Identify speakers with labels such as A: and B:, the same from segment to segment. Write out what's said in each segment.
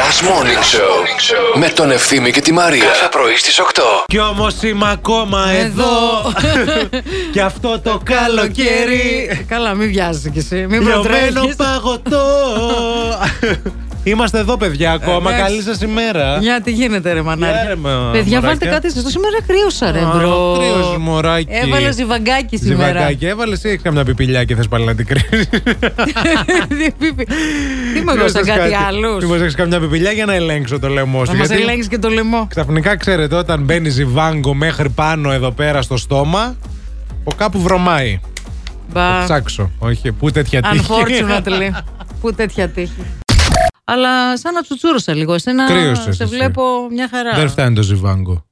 A: Last Morning Show με τον Ευθύμη και τη Μαρία. Κάθε πρωί στις 8.
B: Κι όμως είμαι ακόμα εδώ. και αυτό το καλοκαίρι.
C: Καλά, μην βιάζει κι εσύ. Μην
B: Λιωμένο
C: προτρέχεις.
B: παγωτό. Είμαστε εδώ, παιδιά, ακόμα.
C: Εντάξει.
B: Καλή σας ημέρα.
C: Μια, τι γίνεται, ρε
B: Γεια, ρε,
C: μανάρια.
B: μα-
C: Παιδιά, βάλτε
B: μωράκια.
C: κάτι ζεστό. Σήμερα κρύωσα, ρε
B: Α,
C: μπρο.
B: κρύος, μωράκι.
C: Έβαλα ζιβαγκάκι σήμερα.
B: Ζιβαγκάκι, έβαλες ή έχεις καμιά πιπηλιά και θες πάλι να την κρίνει.
C: Τι πίπι. Τι είμαι εγώ σαν κάτι
B: Μήπω
C: άλλο.
B: έχεις καμιά πιπηλιά για να ελέγξω το λαιμό σου.
C: Θα μας
B: γιατί
C: ελέγξεις και το λαιμό.
B: Ξαφνικά ξέρετε, όταν μπαίνει ζιβάγκο μέχρι πάνω εδώ πέρα στο στόμα, από κάπου βρωμάει.
C: Μπα.
B: Ψάξω. Όχι, πού τέτοια τύχη.
C: Unfortunately. Πού τέτοια τύχη. Αλλά σαν να τσουτσούρωσα λίγο. Εσένα
B: Κρύωσες
C: σε
B: εσύ.
C: βλέπω μια χαρά.
B: Δεν φτάνει το ζιβάγκο.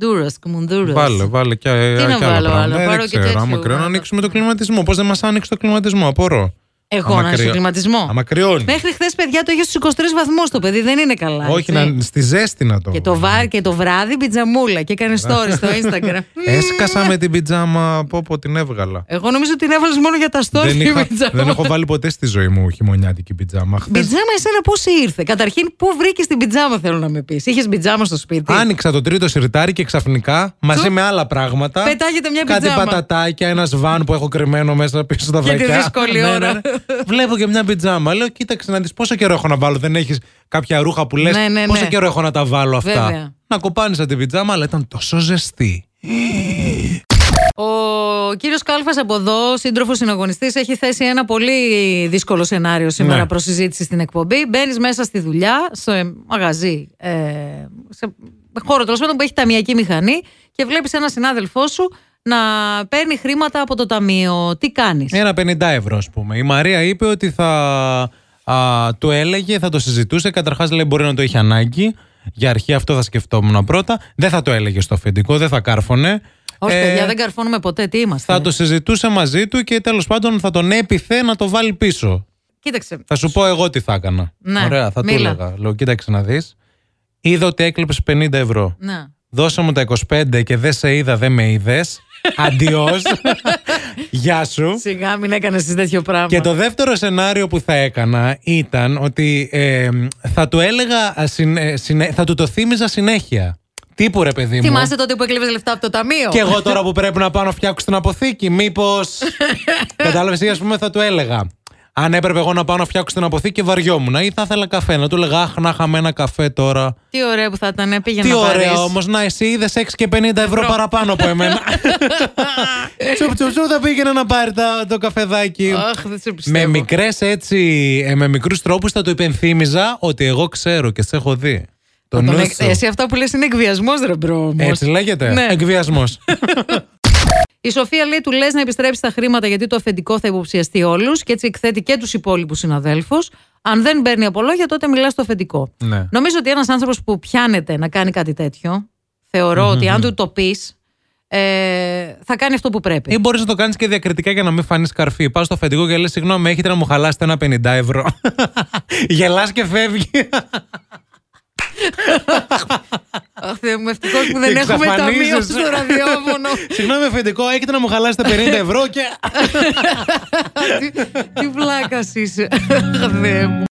C: Ντούρας, κουμουντούρας.
B: Βάλε, βάλε και, ε,
C: Τι να
B: και άλλα
C: βάλω άλλο,
B: πράγματα. Ε,
C: πάρω
B: δεν
C: και
B: ξέρω,
C: τέτοιο,
B: άμα κρυώνει, να
C: να-
B: ανοίξουμε το κλιματισμό. Πώς δεν μας άνοιξε το κλιματισμό, απορώ.
C: Εγώ
B: Άμα
C: να
B: κρυώ-
C: στον κλιματισμό.
B: Άμα κρυώνεις.
C: Μέχρι χθες, παιδιά, το είχε στους 23 βαθμούς το παιδί. Δεν είναι καλά.
B: Όχι,
C: έτσι.
B: να, στη ζέστη να το.
C: Και το, βάρ, και το βράδυ πιτζαμούλα και έκανε story στο Instagram.
B: Έσκασα με την πιτζάμα, από όπου την έβγαλα.
C: Εγώ νομίζω ότι την έβαλες μόνο για τα story
B: δεν,
C: την
B: είχα-
C: πιτζάμα.
B: δεν έχω βάλει ποτέ στη ζωή μου χειμωνιάτικη πιτζάμα. Χθες
C: Πιτζάμα, εσένα πώς ήρθε. Καταρχήν, πού βρήκες την πιτζάμα, θέλω να με πεις. Είχες πιτζάμα στο σπίτι.
B: Άνοιξα το τρίτο σιρτάρι και ξαφνικά μαζί
C: Τσουπ.
B: με άλλα πράγματα.
C: Πετάγεται μια
B: Κάτι
C: πιτζάμα.
B: πατατάκια, ένας βαν που έχω κρυμμένο μέσα πίσω στα
C: Για τη
B: βαϊκά.
C: δύσκολη ώρα.
B: ναι. Βλέπω και μια πιτζάμα. Λέω, κοίταξε να δεις πόσο καιρό έχω να βάλω. Δεν έχεις κάποια ρούχα που λες.
C: Ναι, ναι, ναι.
B: Πόσο καιρό έχω να τα βάλω αυτά.
C: Βέβαια.
B: Να κοπάνισα την πιτζάμα, αλλά ήταν τόσο ζεστή.
C: Ο κύριος Κάλφας από εδώ, σύντροφος συναγωνιστής, έχει θέσει ένα πολύ δύσκολο σενάριο σήμερα
B: Ναι.
C: προς συζήτηση στην εκπομπή. Μπαίνεις μέσα στη δουλειά, σε μαγαζί, ε, σε χώρο τέλος πάντων που έχει ταμιακή μηχανή και βλέπεις ένα συνάδελφό σου να παίρνει χρήματα από το ταμείο. Τι κάνεις.
B: Ένα 50 ευρώ, ας πούμε. Η Μαρία είπε ότι θα α, το έλεγε, θα το συζητούσε. Καταρχάς, λέει, μπορεί να το είχε ανάγκη. Για αρχή αυτό θα σκεφτόμουν πρώτα. Δεν θα το έλεγε στο αφεντικό, δεν θα κάρφωνε.
C: Όχι,
B: Ε,
C: παιδιά, δεν καρφώνουμε ποτέ. Τι είμαστε.
B: θα το συζητούσε μαζί του και τέλος πάντων θα τον έπιθε να το βάλει πίσω.
C: Κοίταξε.
B: Θα σου πω εγώ τι θα έκανα.
C: Ναι,
B: Ωραία, θα
C: μίλα.
B: του έλεγα. Λέω, κοίταξε να δεις. Είδα ότι έκλεψε 50 ευρώ.
C: Να.
B: Δώσε μου τα 25 και δεν σε είδα, δεν με είδες. Αντιό. Γεια σου.
C: Σιγά, μην έκανες εσύ τέτοιο πράγμα.
B: Και το δεύτερο σενάριο που θα έκανα ήταν ότι ε, θα του έλεγα, α, συν- ε, συνε- θα του το θύμιζα συνέχεια. Τύπου ρε παιδί μου.
C: Θυμάστε τότε που έκλεβες λεφτά από το ταμείο.
B: Και εγώ τώρα που πρέπει να πάω να φτιάξω την αποθήκη, μήπως. Κατάλαβες, ή ας πούμε θα του έλεγα. Αν έπρεπε εγώ να πάω να φτιάξω την αποθήκη, βαριόμουν ή θα ήθελα καφέ. Να του έλεγα, Αχ, να είχαμε ένα καφέ τώρα.
C: Τι ωραία που θα ήταν, πήγαινε
B: Τι
C: να
B: ωραία
C: πάρεις.
B: όμως, να εσύ είδες 6 και 50 ευρώ παραπάνω από εμένα. τσουπ τσουπ τσουπ, θα πήγαινε να πάρει τα- το καφεδάκι.
C: Αχ, δεν σε πιστεύω.
B: Με μικρές έτσι, ε, με μικρούς τρόπους θα το υπενθύμιζα ότι εγώ ξέρω και σε έχω δει. Το
C: Τον
B: νου
C: εκ-
B: σου.
C: Εσύ αυτά που λες είναι εκβιασμός ρε μπρο όμως.
B: Έτσι λέγεται.
C: Ναι.
B: Εκβιασμός.
C: Η Σοφία λέει του λες να επιστρέψεις τα χρήματα γιατί το αφεντικό θα υποψιαστεί όλους και έτσι εκθέτει και τους υπόλοιπους συναδέλφους. Αν δεν παίρνει από λόγια τότε μιλάς στο αφεντικό.
B: ναι.
C: Νομίζω ότι ένας άνθρωπος που πιάνεται να κάνει κάτι τέτοιο, θεωρώ ότι αν του το πεις, ε, θα κάνει αυτό που πρέπει.
B: Ή μπορείς να το κάνεις και διακριτικά για να μην φανείς καρφί. Πας στο αφεντικό και λες: Συγγνώμη, έχετε να μου χαλάσετε ένα 50 ευρώ. Γελάς και φεύγει.
C: Αχ, Θεέ μου, ευτυχώς που δεν έχουμε
B: Εξαφανίζεσαι.
C: ταμείο στο ραδιόφωνο.
B: Συγγνώμη, αφεντικό, έχετε να μου χαλάσετε 50 ευρώ και.
C: τι, τι βλάκας είσαι. Αχ, Θεέ μου.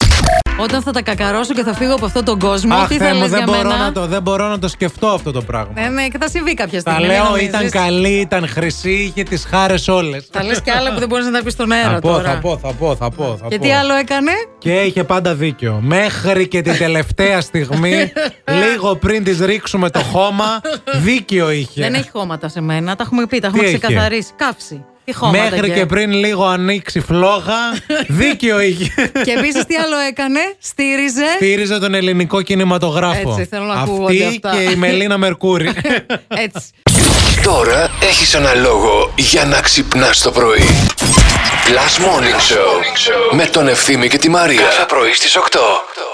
C: Όταν θα τα κακαρώσω και θα φύγω από αυτόν τον κόσμο,
B: Αχ,
C: τι θα
B: Θεέ μου,
C: λες
B: δεν
C: για
B: μπορώ,
C: μένα.
B: να το, δεν μπορώ να το σκεφτώ αυτό το πράγμα.
C: Ναι, ναι, και θα συμβεί κάποια στιγμή.
B: Τα
C: μην
B: λέω,
C: νομίζεις.
B: ήταν καλή, ήταν χρυσή, είχε τις χάρες όλες.
C: Θα λες και άλλα που δεν μπορείς να τα πεις στον αέρα
B: Θα πω,
C: τώρα.
B: θα πω, θα πω, θα πω. θα
C: Και
B: πω.
C: τι άλλο έκανε.
B: Και είχε πάντα δίκιο. Μέχρι και την τελευταία στιγμή, λίγο πριν της ρίξουμε το χώμα, δίκιο είχε.
C: Δεν έχει χώματα σε μένα. Τα έχουμε πει, τα έχουμε
B: έχει?
C: ξεκαθαρίσει. Καύση. Τι χώματα.
B: Μέχρι και πριν λίγο ανοίξει φλόγα, δίκιο είχε.
C: Και επίσης τι άλλο έκανε. Στήριζε.
B: Στήριζε τον ελληνικό κινηματογράφο.
C: Έτσι, θέλω να ακούγονται
B: Αυτή
C: αυτά.
B: και η Μελίνα Μερκούρη.
C: Έτσι.
A: Τώρα έχεις ένα λόγο για να ξυπνάς το πρωί. Last Morning Show με τον Ευθύμη και τη Μαρία. Κάθε πρωί στις 8.